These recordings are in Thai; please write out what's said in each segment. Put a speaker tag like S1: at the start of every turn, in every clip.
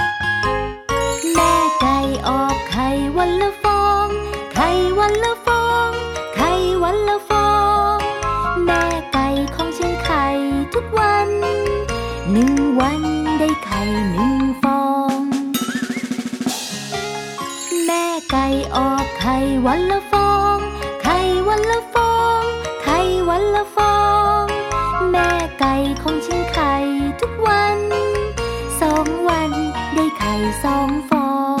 S1: แม่ไก่ออกไข่วันละฟอง ไข่วันละฟอง ไข่วันละฟอง แม่ไก่ของฉันไข่ทุกวัน หนึ่งวันได้ไข่หนึ่งฟอง แม่ไก่ออกไข่วันละฟอง ไข่วันละฟอง ไข่วันละฟอง แม่ไก่ของฉันไข่ทุกวัน สองวันได้ไข่สองฟอง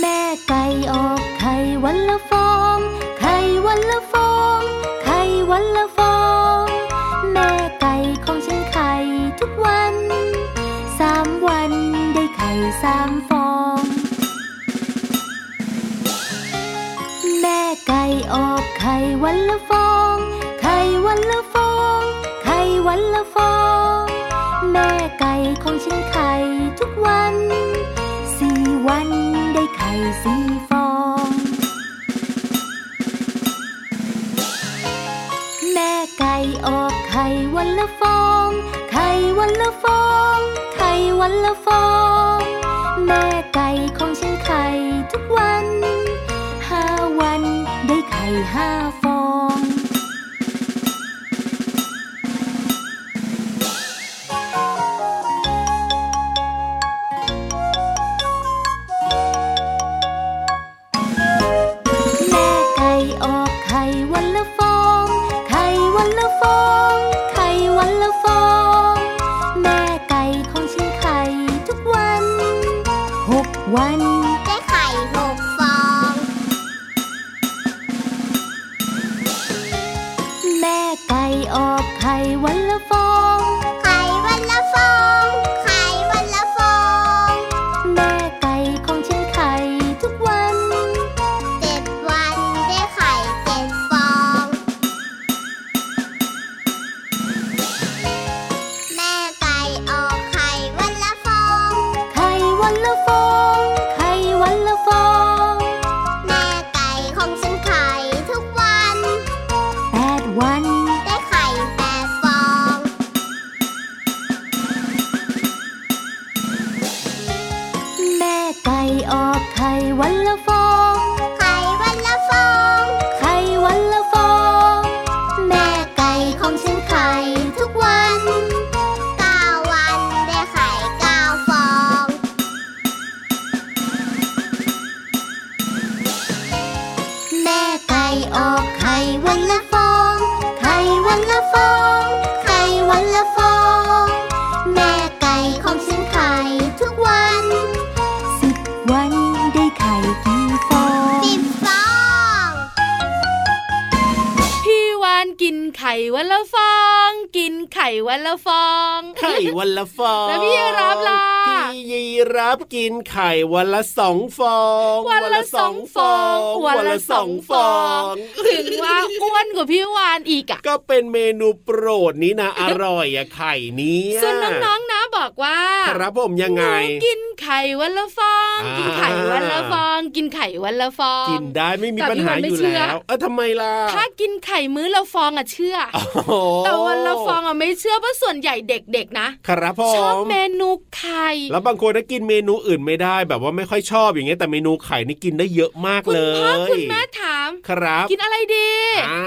S1: แม่ไก่ออกไข่วันละฟอง ไข่วันละฟอง ไข่วันละฟอง แม่ไก่ของฉันไข่ทุกวัน สามวันได้ไข่สามฟอง แม่ไก่ออกไข่วันละฟอง ไข่วันละฟอง ไข่วันละฟอง แม่ไก่ของฉันไข่ทุกวัน สี่วันได้ไข่สี่ฟอง แม่ไก่ออกไข่วันละฟอง ไข่วันละฟอง ไข่วันละฟอง แม่ไก่ของฉันไข่ทุกวัน ห้าวันได้ไข่ห้าฟอง แม่ไก่ออกไข่วันละฟอง ไข่วันละฟอง ไข่วันละฟอง แม่ไก่ของฉันไข่ทุกวัน หกวัน
S2: ได้ไข่หกฟอง
S1: แม่ไก่ออกไข่วันละฟอง
S2: ไข่วันละฟอง ไข่วันละฟอง
S1: แม่ไก่ของฉันไข่ทุกวัน
S2: เจ็ดวันได้ไข่เจ็ดฟอง แม่ไก่ออกไข่วันละฟอง
S1: ไข่วันละฟอง ไข่วันละฟอง
S2: แม่ไก่ของฉันไข่ทุกวัน
S1: แปดวัน
S2: ได้ไข่แปดฟอง
S1: แม่ไก่ออกไข่วันละฟอง
S2: ไข่วันละฟอง
S1: ไข่วันละฟอง แม่
S2: แม่ไก่ของฉันไข่ทุกวันเก้าวันได้ไข่เก้าฟอง แม่ไก่ออกไข่วันละฟอง ไข่วันละฟอง ไข่วันละฟอง แม่ไก่ของฉันไข่ทุกวัน
S1: สิบวันได้ไข่กี่ฟอง
S2: สิบฟอง
S3: พี่วานกินไข่วันละฟอง กินไข่วันละฟอง
S4: ไข่วันละฟอง
S3: แล้วพี่ยีราฟล่ะ
S4: พี่ยีรับกินไข่วันละสองฟอง
S3: วันละสองฟอง
S4: วันละสองฟอง
S3: ถึงว่าอ้วนกว่าพี่วานอีกอะ
S4: ก็เป็นเมนูโปรดนี้นะ อร่อยอะไข่เนี้ย
S3: ส่วนน้องๆนะบอกว่า
S4: ครับผมยังไง
S3: หนูกินไข่วันละฟอง
S4: อ่า
S3: กินไข่วันละฟอง กินไข่วันละฟอง
S4: กินได้ไม่มี
S3: แต่
S4: ปัญหา
S3: พี่วันไม่
S4: อยู่
S3: เชื่อ
S4: แล้ว เออทำไมล่ะ
S3: ถ้ากินไข่มื้อละฟองอะเชื่ออ
S4: โอ้โห
S3: แต่วันละฟองอะไม่เชื่อเพราะส่วนใหญ่เด็กๆนะครับ
S4: ผ
S3: ชอบ
S4: ม
S3: เมนูไข่
S4: แล้วบางคนถ้ากินเมนูอื่นไม่ได้แบบว่าไม่ค่อยชอบอย่างเงี้ยแต่เมนูไข่นี่กินได้เยอะมาก
S3: คุ
S4: เล
S3: ณ
S4: ย
S3: พ่อคุณแม่ถาม
S4: ครับ
S3: กินอะไรดี
S4: อ่า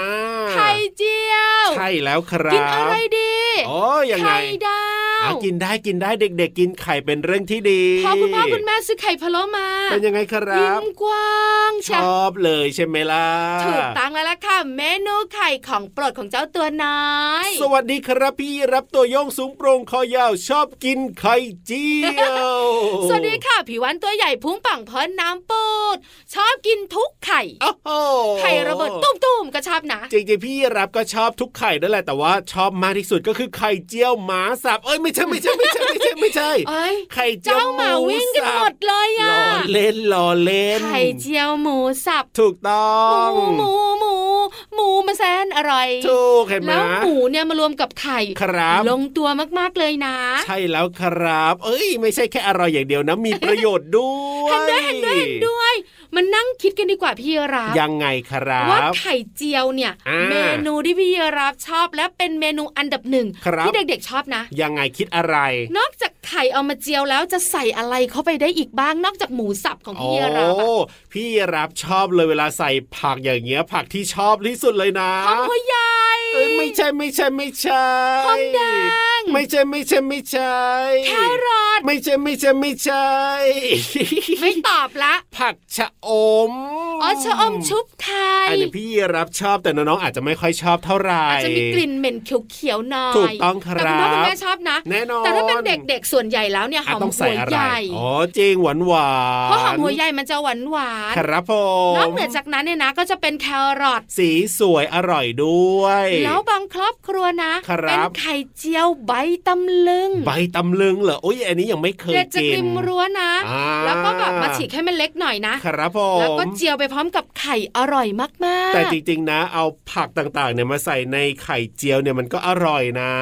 S3: ไข่เจียว
S4: ใช่แล้วครับ
S3: กินอะไรดี
S4: อ๋อยังไง
S3: ไข่ดา
S4: อ่ะ
S3: ว
S4: กินได้กินได้เด็ก ๆ กินไข่เป็นเรื่องที่ดี
S3: พอคุณพ่อคุณแม่ซื้อไข่พะโล้มา
S4: เป็นยังไงครั
S3: ยิ้
S4: บ
S3: มกว้าง
S4: ช
S3: ใช่
S4: อบเลยใช่ไหมล่ะ
S3: ถูกตั้องแล้วล่ะค่ะ เมนูไข่ของโปรดของเจ้าตัวน้อย
S4: สวัสดีครับพี่รับตัวโยงสูงโปรงคอยาวชอบกินไข่เจียว
S3: สวัสดีค่ะผิววันตัวใหญ่พุงป่องพอนน้ำปูด ชอบกินทุกไข่
S4: โอ้โห
S3: ไข่ระเบิดตุ้มๆก็ชอบนะ
S4: จริงๆพี่รับก็ชอบทุกไข่นั่นแหละแต่ว่าชอบมากที่สุดก็คือไข่เจียวหมาสับเอ้ยไม่ ใช่ไม่ใช่ไม่ใช่ไม่ใช่ไม่ใช่
S3: เอ้ย
S4: ไข่เจียว
S3: เจ้าหมาวิ่งกันหมดเลย
S4: ล้
S3: อ่ะ
S4: อเล่นล้อเล่น
S3: ไข่เจียวหมูสับ
S4: ถูกต้อ
S3: ห
S4: ง
S3: มูหมูหมูหมูมาแซนอร่อย
S4: ถูกเห็นไหม
S3: แล้วหมูเนี่ยมารวมกับไข่
S4: ครับ
S3: ลงตัวมากๆเลยนะ
S4: ใช่แล้วครับ เอ้ย ไม่ใช่แค่อร่อยอย่างเดียวนะ มีประโยชน์ด้วย
S3: เห็นด้วยเห็นด้วยเห็นด้วย มันนั่งคิดกันดีกว่าพี่รับ
S4: ยังไงครั
S3: ว่า
S4: บ
S3: ไข่เจียวเนี่ย
S4: อ่า
S3: เมนูที่พี่รับชอบและเป็นเมนูอันดับหนึ่ง
S4: ครับ
S3: ที่เด็กๆชอบนะ
S4: ยังไงคิดอะไร
S3: นอกจากไข่เอามาเจียวแล้วจะใส่อะไรเข้าไปได้อีกบ้าง นอกจากหมูสับของพี่รับ
S4: โอ้พี่รับชอบเลยเวลาใส่ผักอย่างเงี้ย ผักที่ชอบที่สุดเลยนะ
S3: หอมหัวใหญ่
S4: เอ้ยไม่ใช่ไม่ใช่ไม่ใช่
S3: หอมแดง
S4: ไม่ใช่ไม่ใช่ไม่ใช่
S3: แครอท
S4: ไม่ใช่ไม่ใช่ไม่ใช่
S3: ไม่ตอบละ
S4: ผักชะอม
S3: อ๋อชะอมชุบไข่
S4: อันนี้พี่รับชอบแต่น้องๆอาจจะไม่ค่อยชอบเท่าไหร่
S3: อาจจะมีกลิ่นเหม็นเขียวๆหน่อย
S4: ถูกต้องครับ
S3: แต่คุณพ่อคุณแม่ชอบนะ
S4: แน่นอน
S3: แต่ถ้าเป็นเด็กๆส่วนใหญ่แล้วเนี่ยห
S4: อ่ะ
S3: อม
S4: ต้อง
S3: หั
S4: ใส่
S3: ว
S4: อะไร
S3: ใหญ่
S4: อ๋อจริงหวานหวาน
S3: เพราะหอมหัวใหญ่มันจะหวานหวาน
S4: ครับผ
S3: น
S4: ม
S3: อกเหนือจากนั้นเนี่ยนะก็จะเป็นแครอท
S4: สีสวยอร่อยด้วย
S3: แล้วบางครอบครัวนะ
S4: ครับ
S3: เป็นไข่เจียวใบตำลึง
S4: ใบตำลึงเหรอโอ้ยอันนี้ยังไม่เคย
S3: เด็ดจาก
S4: กิน
S3: ริมรั้วนะ
S4: อ่า
S3: แล้วก็แบบมาฉีกให้มันเล็กหน่อยนะ
S4: ครับผ
S3: แล้ว
S4: ม
S3: ก็เจียวไปพร้อมกับไข่อร่อยมากๆ
S4: แต่จริงๆนะ เอาผักต่างๆเนี่ยมาใส่ในไข่เจียวเนี่ยมันก็อร่อยนะ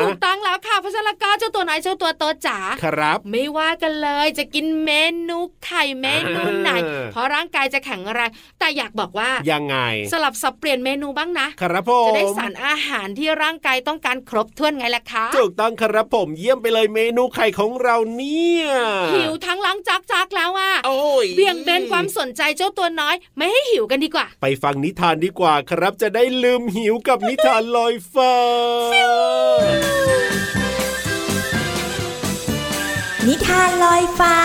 S3: ถูกต้องแล้วค่ะเพราะฉะนั้นแล้วก็เจ้าตัวน้อยเจ้าตัวโตจ๋า
S4: ครับ
S3: ไม่ว่ากันเลยจะกินเมนูไข่เมนูไหน
S4: อ่า
S3: เพราะร่างกายจะแข็งแรงแต่อยากบอกว่า
S4: ยังไง
S3: สลับสับเปลี่ยนเมนูบ้างนะ
S4: ครับผม
S3: จะได้สารอาหารที่ร่างกายต้องการครบถ้วนไงล่ะคะ
S4: ถูกต้องครับผมเยี่ยมไปเลยเมนูไข่ของเราเนี่ย
S3: หิวทั้งหล้างจักจักแล้วอ่ะ
S4: โอ้ย
S3: เบี่ยงเบนความสนใจเจ้าตัวน้อย ไม่ให้หิวกันดีกว่า
S4: ไปฟังนิทานดีกว่าครับ จะได้ลืมหิวกับนิทานลอยฟ้า
S1: นิทานลอยฟ้า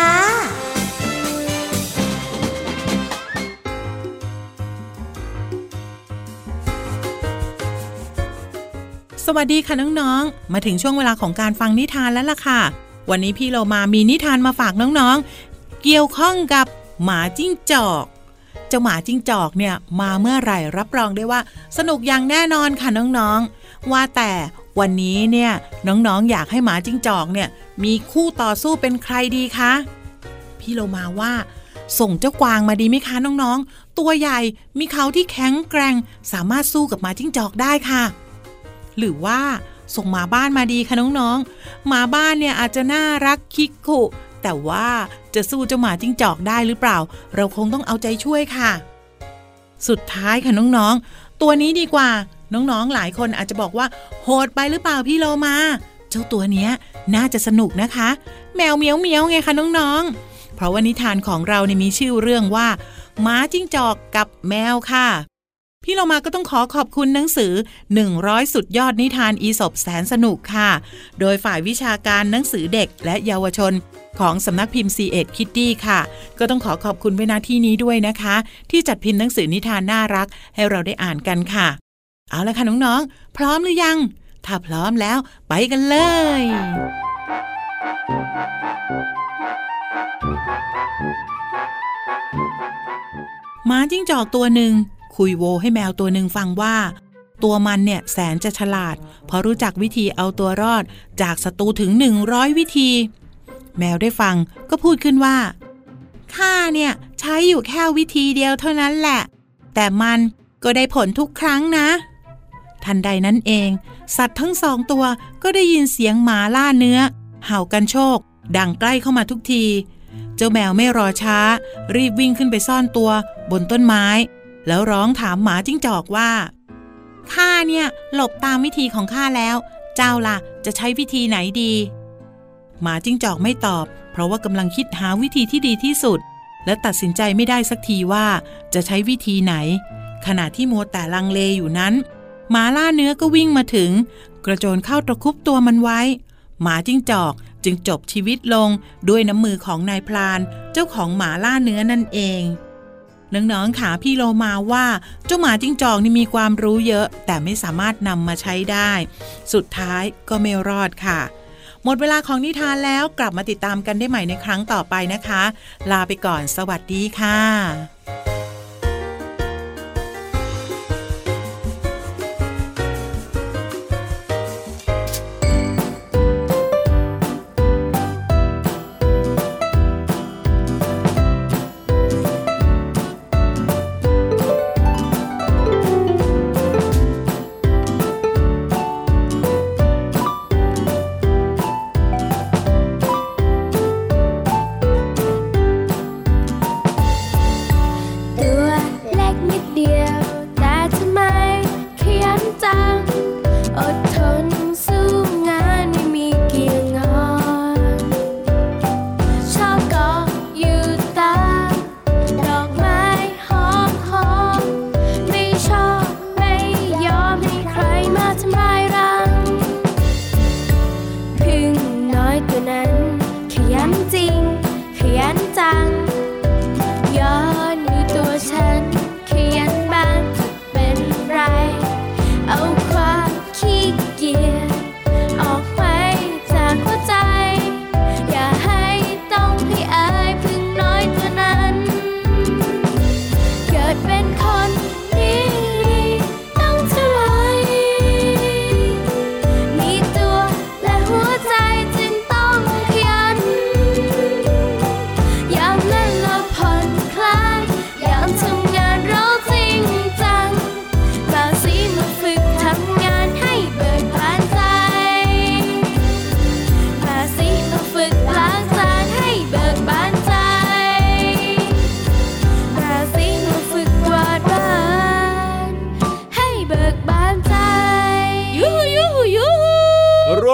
S5: สวัสดีค่ะน้องๆ มาถึงช่วงเวลาของการฟังนิทานแล้วล่ะค่ะ วันนี้พี่เรามามีนิทานมาฝากน้องๆ เกี่ยวข้องกับหมาจิ้งจอก เจ้าหมาจิ้งจอกเนี่ยมาเมื่อไหร่รับรองได้ว่า สนุกอย่างแน่นอนค่ะน้องๆ ว่าแต่วันนี้เนี่ยน้องๆ อยากให้หมาจิ้งจอกเนี่ยมีคู่ต่อสู้เป็นใครดีคะ พี่เรามาว่า ส่งเจ้ากวางมาดีไหมคะน้องๆ ตัวใหญ่มีเขาที่แข็งแกร่งสามารถสู้กับหมาจิ้งจอกได้ค่ะ หรือว่าส่งหมาบ้านมาดีคะน้องๆ หมาบ้านเนี่ยอาจจะน่ารักคิกคุแต่ว่าจะสู้เจ้าหมาจิ้งจอกได้หรือเปล่า เราคงต้องเอาใจช่วยค่ะ สุดท้ายค่ะน้องๆ ตัวนี้ดีกว่า น้องๆ หลายคนอาจจะบอกว่าโหดไปหรือเปล่าพี่โลมา เจ้าตัวเนี้ยน่าจะสนุกนะคะ แมวเหมียวเหมียวไงคะน้องๆ เพราะว่านิทานของเราเนี่ยมีชื่อเรื่องว่าหมาจิ้งจอกกับแมวค่ะ พี่เรามาก็ต้องขอขอบคุณหนังสือ 100 สุดยอดนิทานอีสบแสนสนุกค่ะ โดยฝ่ายวิชาการหนังสือเด็กและเยาวชน ของสำนักพิมพ์ c ีเอ็ดคิตตี้ค่ะ ก็ต้องขอขอบคุณไว้นาที่นี้ด้วยนะคะ ที่จัดพิมพ์หนังสือนิทานน่ารัก ให้เราได้อ่านกันค่ะ เอาละค่ะ น้อง ๆ พร้อมหรือยัง ถ้าพร้อมแล้วไปกันเลย หม้าจิ้งจอกตัวหนึ่งคุยโวให้แมวตัวหนึ่งฟังว่า ตัวมันเนี่ยแสนจะฉลาด เพราะรู้จักวิธีเอาตัวรอด จากศัตรูถึง 100 วิธี แมวได้ฟังก็พูดขึ้นว่าข้าเนี่ยใช้อยู่แค่วิธีเดียวเท่านั้นแหละ แต่มันก็ได้ผลทุกครั้งนะ ทันใดนั้นเอง สัตว์ทั้งสองตัวก็ได้ยินเสียงหมาล่าเนื้อ เห่ากันโชค ดังใกล้เข้ามาทุกที เจ้าแมวไม่รอช้า รีบวิ่งขึ้นไปซ่อนตัว บนต้นไม้ แล้วร้องถามหมาจิ้งจอกว่าข้าเนี่ยหลบตามวิธีของข้าแล้ว เจ้าล่ะจะใช้วิธีไหนดี หมาจิ้งจอกไม่ตอบ เพราะว่ากำลังคิดหาวิธีที่ดีที่สุด และตัดสินใจไม่ได้สักทีว่าจะใช้วิธีไหน ขณะที่มัวแต่ลังเลอยู่นั้น หมาล่าเนื้อก็วิ่งมาถึง กระโจนเข้าตะครุบตัวมันไว้ หมาจิ้งจอกจึงจบชีวิตลงด้วยน้ำมือของนายพลาน เจ้าของหมาล่าเนื้อนั่นเอง น้องๆค่ะพี่โลมาว่า เจ้าหมาจิ้งจอกนี่มีความรู้เยอะ แต่ไม่สามารถนำมาใช้ได้ สุดท้ายก็ไม่รอดค่ะ หมดเวลาของนิทานแล้วกลับมาติดตามกันได้ใหม่ในครั้งต่อไปนะคะ ลาไปก่อนสวัสดีค่ะ
S2: แ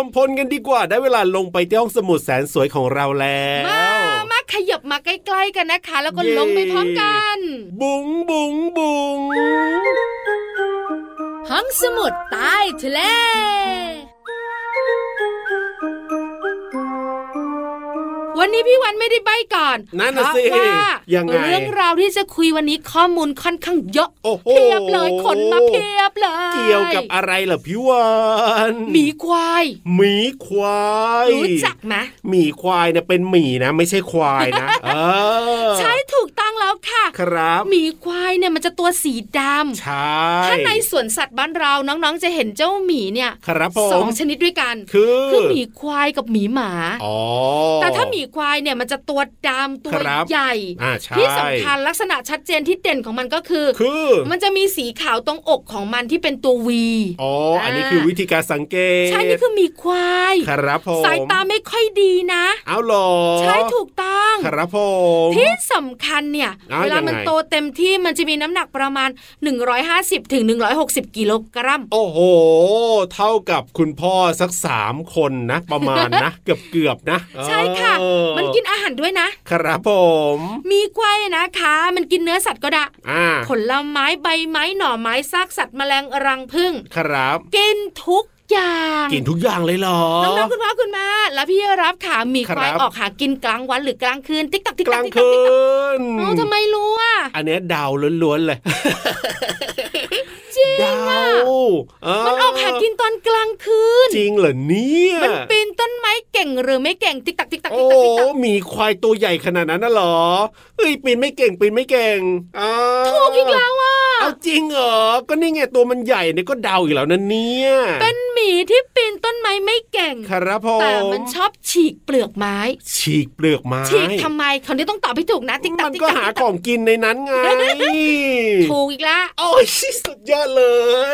S4: มพลกันดีกว่า ได้เวลาลงไปที่ห้องสมุดแสนสวยของเราแล้ว
S3: มามาขยับมาใกล้ๆกันนะคะ แล้วก็
S4: เย้
S3: ลงไปพร้อมกัน
S4: บุ๋งบุ๋งบุ๋ง
S3: ห้องสมุดใต้ทะเล วันนี้พี่วันไม่ได้ใบก่อน
S4: นั่นน่ะ
S3: เพ
S4: สิ
S3: ราะว่า
S4: ยังไง
S3: เรื่องราวที่จะคุยวันนี้ข้อมูลค่อนข้างเยอะ
S4: โอ้โห
S3: เพียบเลยขนมาเพียบเลย
S4: เกี่ยวกับอะไรล่ะพี่วัน
S3: หมีควาย
S4: หมีควาย
S3: รู้จักไหม
S4: หมีควายเนี่ยเป็นหมีนะ ไม่ใช่ควาย นะ เออ
S3: ใช่ถูกต้องแล้วค่ะ
S4: ครับ
S3: หมีควายเนี่ยมันจะตัวสีด
S4: ใช่
S3: ำถ้าในสวนสัตว์บ้านเราน้องๆจะเห็นเจ้าหมีเนี่ย
S4: ครับผ
S3: สอ
S4: ม
S3: งชนิดด้วยกัน
S4: คือ
S3: คือหมีควายกับหมีหมา
S4: อ๋อ
S3: แต่ถ้าหมีควายเนี่ยมันจะตัวดำตัว
S4: ครับ
S3: ใหญ่
S4: อ่าใช่
S3: ที่สำคัญลักษณะชัดเจนที่เด่นของมันก็คือ
S4: คือ
S3: มันจะมีสีขาวตรงอกของมันที่เป็นตัววี
S4: อ๋ออันนี้
S3: อ่า
S4: คือวิธีการสังเกต
S3: ใช่นี่คือหมีควาย
S4: ครับผม
S3: สายตาไม่ค่อยดีนะ
S4: เอาเหรอ
S3: ใช่ถูกต้อง
S4: ครับผม
S3: ที่สำคัญเนี่ย
S4: อ้าว
S3: เวลา
S4: ยังไง
S3: มันโตเต็มที่มันจะมีน้ำหนักประมาณ 150ถึง160 กิโลกรัม
S4: โอ้โห เท่ากับคุณพ่อสักสามคนนะ ประมาณนะ เกือบเกือบๆนะ
S3: ใช่ค่ะ
S4: เออ
S3: มันกินอาหารด้วยนะ
S4: ครับผม
S3: มีควายนะคะ มันกินเนื้อสัตว์ก็ได้
S4: อ่า
S3: ผลไม้ใบไม้หน่อไม้ซากสัตว์แมลงรังผึ้ง
S4: ครับ
S3: กินทุกอย่าง
S4: กินทุกอย่างเลยเหรอ
S3: น้องๆคุณพ่อคุณแม่แล้วพี่รับขาหมีควาย
S4: ครับ
S3: ออกหากินกลางวันหรือกลางคืนติ๊กตักติ๊ก
S4: ก
S3: ตั
S4: ลาก ง
S3: ติ๊กตัก
S4: คื
S3: ติ๊กตัก
S4: น
S3: เอ้าทำไมรู้อ่ะ
S4: อันเนี้ยเดาวล้วนๆเลย
S3: จริง
S4: เดา
S3: อะ
S4: วเ
S3: มันออกหากินตอนกลางคืน
S4: จริงเหรอเนี่ย
S3: มันปีนต้นไม้เก่งหรือไม่เก่งติ๊กตักติ๊กตัก
S4: โอ้
S3: ติ๊กตักติ๊กตัก
S4: หมีควายตัวใหญ่ขนาดนั้นน่ะเหรอเอ้ยปีนไม่เก่งปีนไม่เก่งอ่า
S3: ถูกอีกแล้วอ่ะ
S4: เอาจริงเหรอ ก็นี่ไงตัวมันใหญ่เนี่ยก็เดาอีกแล้วนะเนี่ย
S3: เป็นหมีที่ปีนต้นไม้ไม่เก่ง
S4: ครับผม
S3: แต่มันชอบฉีกเปลือกไม้
S4: ฉีกเปลือกไม้
S3: ฉีกทำไมคนที่ต้องตอบให้ถูกนะติ๊กตัก
S4: มัน
S3: ติ๊ก
S4: ก็
S3: ตัก
S4: หา
S3: ติ๊ก
S4: ข
S3: ตัก
S4: องกินในนั้นไง
S3: ถูกอีกแล้ว
S4: โอ้ยสุดยอดเล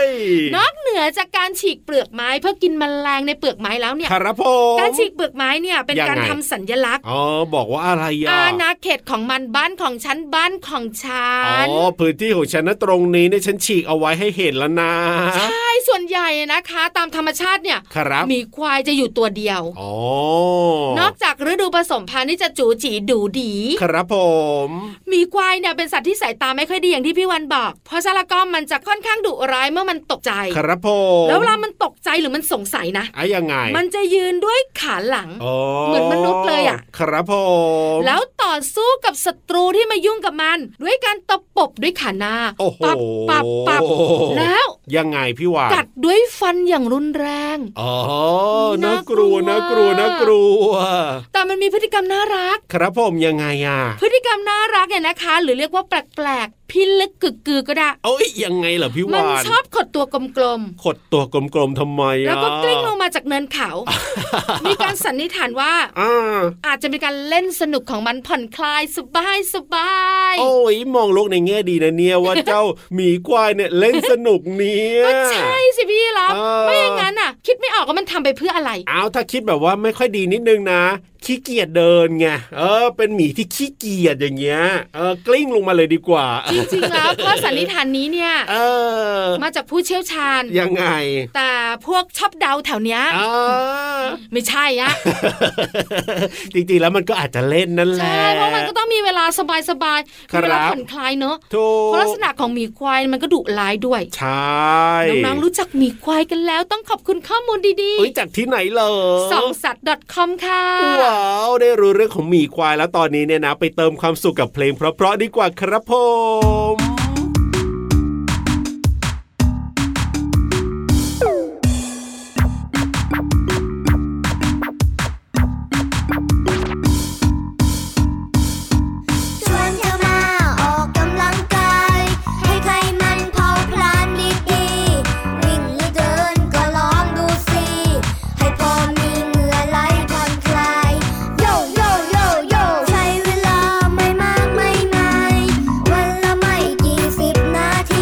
S4: ย
S3: นอกเหนือจากการฉีกเปลือกไม้เพื่อกินแมลงในเปลือกไม้แล้วเนี่ย
S4: ครับผม
S3: การฉีกเปลือกไม้เนี่ยเป็น
S4: ยังไง
S3: การทำสัญลักษณ์
S4: อ๋อบอกว่าอะไรอ่ะ
S3: อาณาเขตของมันบ้านของฉันบ้านของฉั
S4: อ๋
S3: น
S4: อพื้นที่ของฉันนะตรงนี้เนี่ยฉันฉีกเอาไว้ให้เห็นแล้วนะ
S3: ใช่ส่วนใหญ่นะคะ ตามธรรมชาติเนี่ย
S4: ครับ
S3: หมีควายจะอยู่ตัวเดียว
S4: อ๋อน
S3: อกจากฤดูผสมพันธุ์ที่จะจูจีดูดี
S4: ครับผม
S3: หมีควายเนี่ยเป็นสัตว์ที่สายตาไม่ค่อยดีอย่างที่พี่วันบอก เพราะฉะนั้นแล้วก็มันจะค่อนข้างดุร้ายเมื่อมันตกใจ
S4: ครับผม
S3: แล้วเวลามันตกใจหรือมันสงสัยนะ
S4: อะยังไง
S3: มันจะยืนด้วยขาหลัง
S4: อ๋อ
S3: เหมือนมนุษย์เลยอะ
S4: ครับผม
S3: แล้วต่อสู้กับศัตรูที่มายุ่งกับมัน ด้วยการตะปบด้วยขาหน้า
S4: โอ้โห
S3: ปับปับปับแล้ว
S4: ยังไงพี่วาน
S3: กัดด้วยฟันอย่างรุนแรง
S4: อ๋อ
S3: น่า
S4: น่ากลั
S3: กลั
S4: ว
S3: ว
S4: น่ากลัวน่ากลัว
S3: แต่มันมีพฤติกรรมน่ารัก
S4: ครับผมยังไงอ่ะ
S3: พฤติกรรมน่ารักเนี่ยนะคะ หรือเรียกว่าแปลกๆพิลึกกึกกือก็ได้
S4: เอ้ยยังไงเหรอพี่
S3: มั
S4: วาน
S3: ชอบขดตัวกลม
S4: ขดตัวกลมๆทำไม
S3: ๆ
S4: อ่ะ
S3: แล้วก็กลิ้งลงมาจากเนินเขา มีการสันนิษฐานว่า
S4: อ่า
S3: อาจจะเป็นการเล่นสนุกของมันผ่อนคลายสบายสบายๆ
S4: โอ้ยมองโลกในแง่ดีนะเนี่ยว่าเจ้าหมีควายเนี่ยเล่นสนุกเนี่ย
S3: ก็ใช่สิพี่รับ
S4: เออ
S3: ไม่อย่างนั้นน่ะ คิดไม่ออกว่ามันทำไปเพื่ออะไร
S4: เอาถ้าคิดแบบว่าไม่ค่อยดีนิดนึงนะขี้เกียจเดินไงเออ เป็นหมีที่ขี้เกียจอย่างเงี้ยเออกลิ้งลงมาเลยดีกว่า
S3: จริงๆ แล้วข้อสันนิษฐานนี้เนี่ย
S4: เออ
S3: มาจากผู้เชี่ยวชาญ
S4: ยังไง
S3: แต่พวกชอบเดาแถวเนี้ย
S4: อ่า
S3: ไม่ใช่ อะ
S4: จริงๆ แล้วมันก็อาจจะเล่นนั่นแหละ
S3: ใช่ เพราะมันก็ต้องมีเวลาสบายๆ
S4: ครั
S3: มี
S4: บ
S3: เวลาผ่อนคลายเนอะ
S4: ถู
S3: เพ
S4: ก
S3: ราะลักษณะของหมีควายมันก็ดุร้ายด้วย
S4: ใช่
S3: น้องๆ รู้จักหมีควายกันแล้ว ต้องขอบคุณข้อมูลดี
S4: เอ้ยจากที่ไหนเลย
S3: ๆสองสัตว์ .com ค่ะ
S4: ว้าวได้รู้เรื่องของหมีควายแล้วตอนนี้เนี่ยนะ ไปเติมความสุขกับเพลงเพราะๆดีกว่าครับผม
S2: ชวนเธอมาออกกำลังกาย ให้ใครมันเผาพลานดีๆวิ่งหรือเดินก็ลองดูสิ ให้พอมีเหงื่อไหลผ่อนคลาย โยโยโยโยใช้เวลาไม่มากไม่นานวันละไม่กี่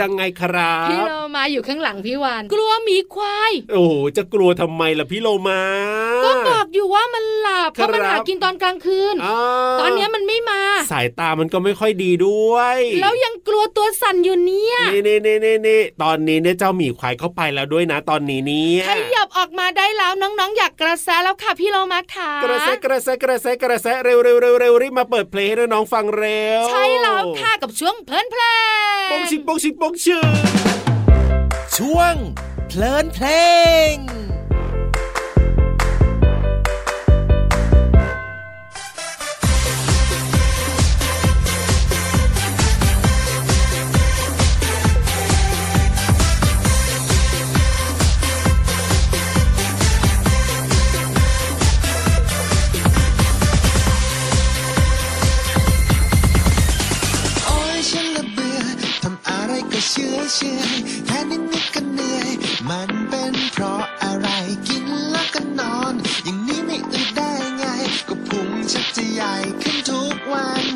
S4: ยังไงครั
S3: พี่
S4: บ
S3: เรามาอยู่ข้างหลังพี่วานกลัวหมีควาย
S4: โอ้โหจะกลัวทำไมล่ะพี่โลมา
S3: ก็บอกอยู่ว่ามันหลับเพราะมัน
S4: ครับ
S3: หากินตอนกลางคืน
S4: อ่า
S3: ตอนเนี้ยมันไม่มา
S4: สายตามันก็ไม่ค่อยดีด้วย
S3: แล้วยังกลัวตัวสั่นอยู่เนี่ย
S4: นี่นี่นี่นี่นี่ตอนนี้เนี่ยเจ้าหมีควายเข้าไปแล้วด้วยนะ ตอนนี้เนี่ย
S3: ขยับออกมาได้แล้วน้องๆ อยากกระแซะแล้วค่ะพี่เรามาค่ะ
S4: กระแซะกระแซะกระแซะกระแซะเร็วเร็วเร็วเร็วรีบมาเปิดเพลงให้น้องๆฟังเร็ว
S3: ใช่แล้วค่ะกับช่วงเพลินเพลง
S4: ปงชิงปงชิงปงชื่อ
S6: ช่วง เพลินเพลง
S7: โอ้ยฉันละเบื่อทำอะไรก็เชื่อเชื่อแค่นิดนิดๆก็เหนื่อย มันเป็นเพราะอะไรกินแล้วก็นอน อย่างนี้ไม่อึดได้ไง ก็พุงชักจะใหญ่ขึ้นทุกวัน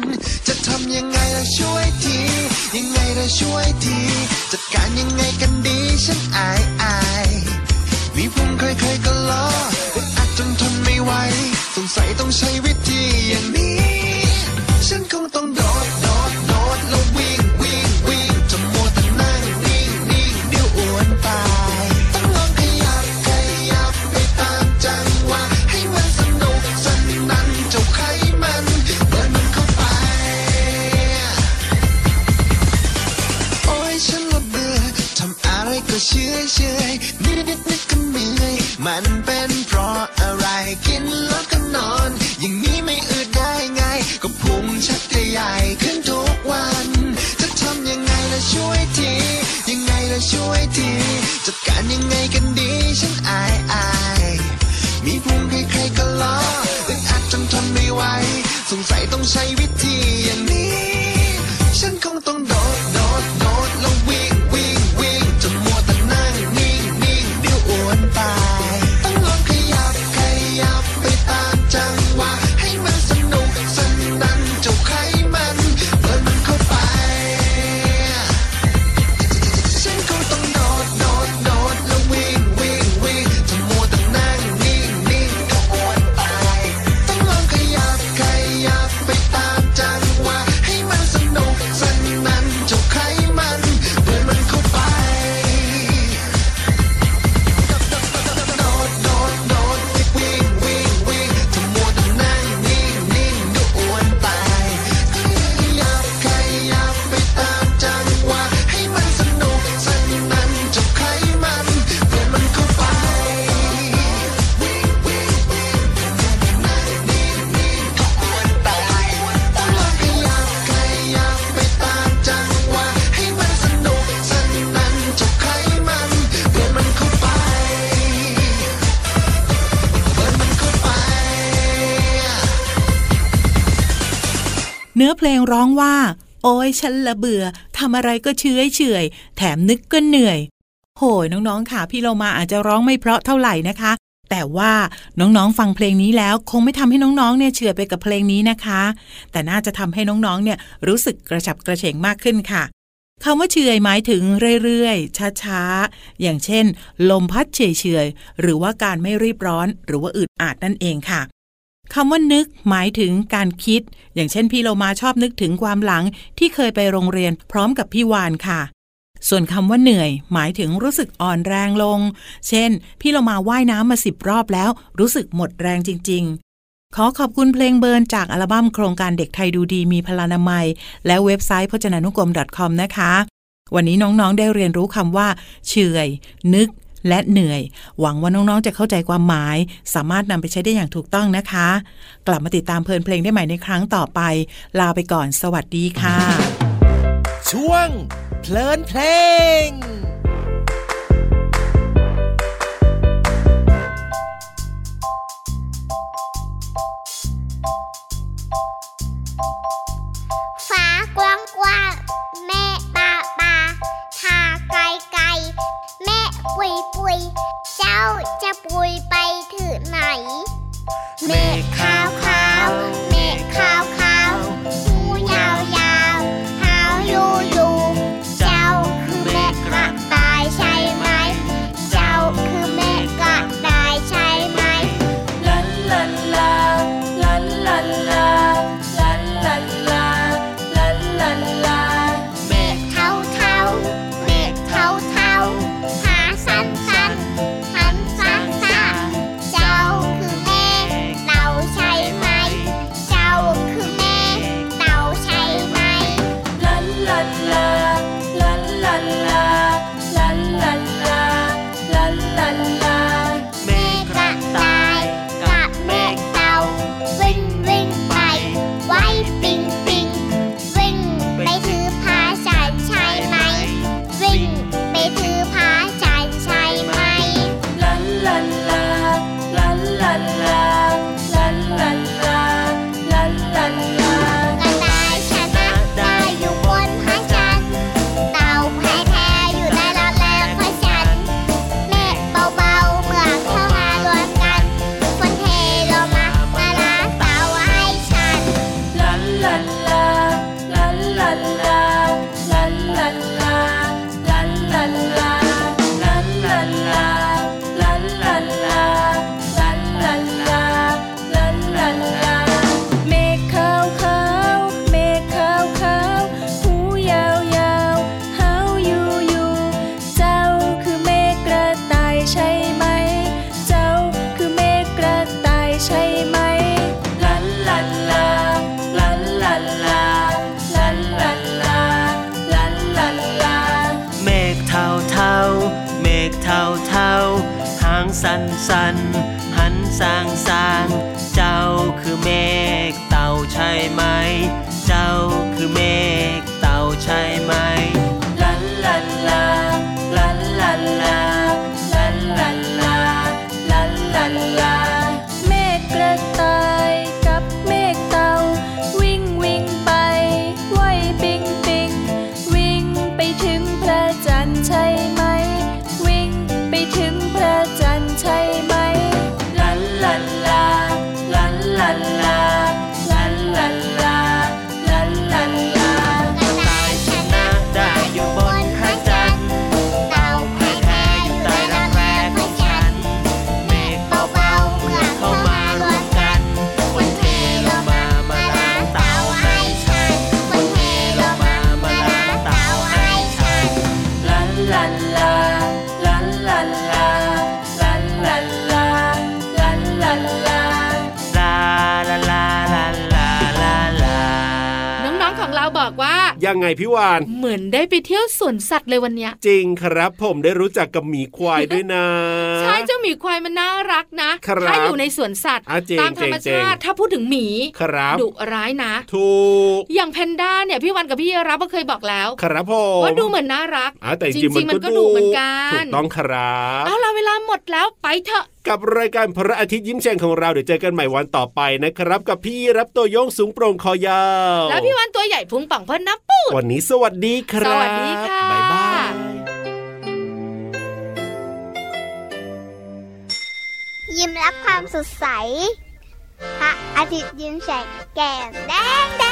S7: จะทำยังไงล่ะช่วยที ยังไงล่ะช่วยที จัดการยังไงกันดีฉันอายอาย มีพุงเคยเคยๆก็ล้ออึดอัดจนทนไม่ไหวสงสัยต้องใช้วิธีอย่างนี้ ฉันคงต้องโดดโดดโดดแล้ววิ่งวิ่งวิ่งจะมัวแต่นั่งนิ่งนิ่งเดี๋ยวอ้วนตายต้องลองขยับขยับไปตามจังหวะให้มันสนุกสนันเจ้าไขมันเดินมันเข้าไป โอ้ยฉันละเบื่อทำอะไรก็เชื่อเชื่อยนิดนิดนิดก็เมื่อยมันเป็นเพราะอะไรกินแล้วก็นอน อย่างนี้ไม่อืดได้ไง ก็พุงชักจะใหญ่ขึ้นทุกวัน จะทำยังไงล่ะช่วยที ยังไงล่ะช่วยทีจัดการยังไงกันดีฉันอายอาย มีพุงใครๆก็ล้ออึดอัดจนทนไม่ไหวสงสัยต้องใช้วิธีอย่างนี้ ฉันคงต้องโดดโดดโดดแล้ววิ่งวิ่งวิ่งจนมัวแต่นั่งนิ่งนิ่งเดี๋ยวอ้วนตาย ต้องลองขยับขยับไปตามจังหวะให้มันสนุกสนันเจ้าไขมันเปิดมันเข้าไป ฉันคงต้องโดดโดดโดดแล้ววิ่งวิ่งวิ่งจะมัวแต่นั่งนิ่งนิ่งก็อ้วนตาย ต้องลองขยับขยับไปตามจังหวะให้มันสนุกสนันเจ้าไขมันเดินมันเข้าไป โดดโดดโดดวิ่งวิ่งวิ่งจะมัวแต่นั่งนิ่งนิ่งก็อ้วนตาย ขยับขยับไปตามจังหวะให้มันสนุกสนันเจ้าไขมันเดินมันเข้าไป ต้องลองขยับขยับไปตามจังหวะให้มันสนุกสนันเจ้าไขมันเดินมันเข้าไป
S5: เนื้อเพลงร้องว่า โอ้ยฉันละเบื่อทำอะไรก็เฉื่อยเฉื่อยแถมนึกก็เหนื่อย โหยน้องๆค่ะ พี่เรามาอาจจะร้องไม่เพราะเท่าไหร่นะคะ แต่ว่าน้องๆฟังเพลงนี้แล้วคงไม่ทำให้น้องๆเนี่ยเฉื่อยไปกับเพลงนี้นะคะ แต่น่าจะทำให้น้องๆเนี่ยรู้สึกกระฉับกระเฉงมากขึ้นค่ะคำว่าเฉื่อยหมายถึงเรื่อยๆช้าๆอย่างเช่น ลมพัดเฉอยๆหรือว่าการไม่รีบร้อน หรือว่าอึดอัดนั่นเองค่ะ คำว่านึกหมายถึงการคิด อย่างเช่นพี่เรามาชอบนึกถึงความหลังที่เคยไปโรงเรียนพร้อมกับพี่วานค่ะ ส่วนคำว่าเหนื่อย หมายถึงรู้สึกอ่อนแรงลง เช่น พี่เรามาว่ายน้ำมาสิบรอบแล้ว รู้สึกหมดแรงจริง ๆ ขอขอบคุณเพลงเบิร์นจากอัลบั้มโครงการเด็กไทยดูดีมีพลานามัย และเว็บไซต์พจนานุกรม .com นะคะ วันนี้น้องๆ ได้เรียนรู้คำว่าเฉื่อย นึก และเหนื่อย หวังว่าน้องๆ จะเข้าใจความหมาย สามารถนำไปใช้ได้อย่างถูกต้องนะคะ กลับมาติดตามเพลินเพลงได้ใหม่ในครั้งต่อไป ลาไปก่อน สวัสดีค่ะ
S6: ช่วง เพลินเพลง
S2: ฟ้ากว้างกว้างแม่ปลาปลาทาไกลไกลแม่ปุยปุยเจ้าจะปุยไปถึงไหนเมฆขาวขาวเมฆขาวขาวหูยาวยาวหาวยูยูเจ้าคือเม
S6: ลาลาลาลาลาลาลา
S2: แม่กระต่ายกับแม่เต่าวิ่งวิ่งไปไว้ปิงปิงวิ่งไปถือพาฉันใช่ไหม วิ่งไปถือพาฉันใช่ไหม
S6: ลาลาลาลาลาลาลาลาลาลาลาลา
S2: กระต่ายชนะได้อยู่บนพระจันทร์เต่าแพ้แท้อยู่ใต้ร้อนแรงพระจันทร์เมฆเบาๆเมื่อเข้ามารวมกันฝนเทลงมามาล้างเต่าให้ฉัน
S6: ลาลาลาลาลาลาลาลาลาลาลาลาลาลาลาลาลาลาลาลาลาลาลาลาเมฆขาวขาวเมฆขาวขาวหูยาวยาวเฮาอยู่อยู่เจ้าคือเมฆกระต่ายใช่ไหม เจ้าคือเมฆกระต่ายใช่ไหม ลาลาลาลาลาลาลาลาลาลาลาลา
S8: เมฆเทาเทาเมฆเทาเทาหางสันสันหันสางสางเจ้าคือเมฆเต่าใช่ไหม เจ้าคือเมฆเต่าใช่ไหม
S6: ลาลาลาลาลาลาลาลาลาลาลาลาเมฆกระต่ายกับเมฆเต่าวิ่งวิ่งไปไหวปิงปิงวิ่งไปถึงพระจันทร์ใช่ไหม วิ่งไปถึงพระจันทร์ใช่ไหม ลาลาลาลาลาลาลาลาลาลาลาลา
S2: กระต่ายชนะได้อยู่บนพระจันทร์เต่าแพ้แพ้อยู่ใต้รักแร้ของฉันเมฆเบาๆเมื่อเข้ามารวมกันฝนเทลงมามาล้างเต่าให้ฉันฝนเทลงมามาล้างเต่าให้ฉัน
S6: ลาลาลาลาลาลาลาลาลาลาลาลา
S8: ลาลาลาลาลาลาลา
S3: น้องๆของเราบอกว่า
S4: ยังไงพี่วาน
S3: เหมือนได้ไปเที่ยวสวนสัตว์เลยวันเนี้ย
S4: จริงครับผมได้รู้จักกับหมีควายด้วยนะ
S3: ใช่เจ้าหมีควายมันน่ารักนะครับ ถ้าอยู่ในสวนสัตว์
S4: อ่ะจริง
S3: ตามธรรม
S4: จริง
S3: ชาติ
S4: จริง
S3: ถ้าพูดถึงหมี
S4: ครับ
S3: ดุร้ายนะ
S4: ถูก
S3: อย่างแพนด้าเนี่ยพี่วันกับพี่รับก็เคยบอกแล้ว
S4: ครับผม
S3: ว่าดูเหมือนน่ารัก
S4: อ่ะแต่จ
S3: จ
S4: ริงๆ
S3: ริง ๆ มันก็ดุเหมือนกัน
S4: ถูกต้องครับ
S3: เอาล่ะเวลาหมดแล้วไปเถอะ
S4: กับรายการพระอาทิตย์ยิ้มแฉ่งของเราเดี๋ยวเจอกันใหม่วันต่อไปนะครับ กับพี่รับตัวโยงสูงโปร่งคอยาว
S3: แล้วพี่วันตัวใหญ่พุงป่องพ่นน้ำปูด
S4: วันนี้สวัสดีค
S3: ส
S4: รับ
S3: วัสดีค่ะ
S4: บ๊ายบาย
S2: ยิ้มรับความสดใส พระอาทิตย์ยิ้มแฉกแก้มแดงแดง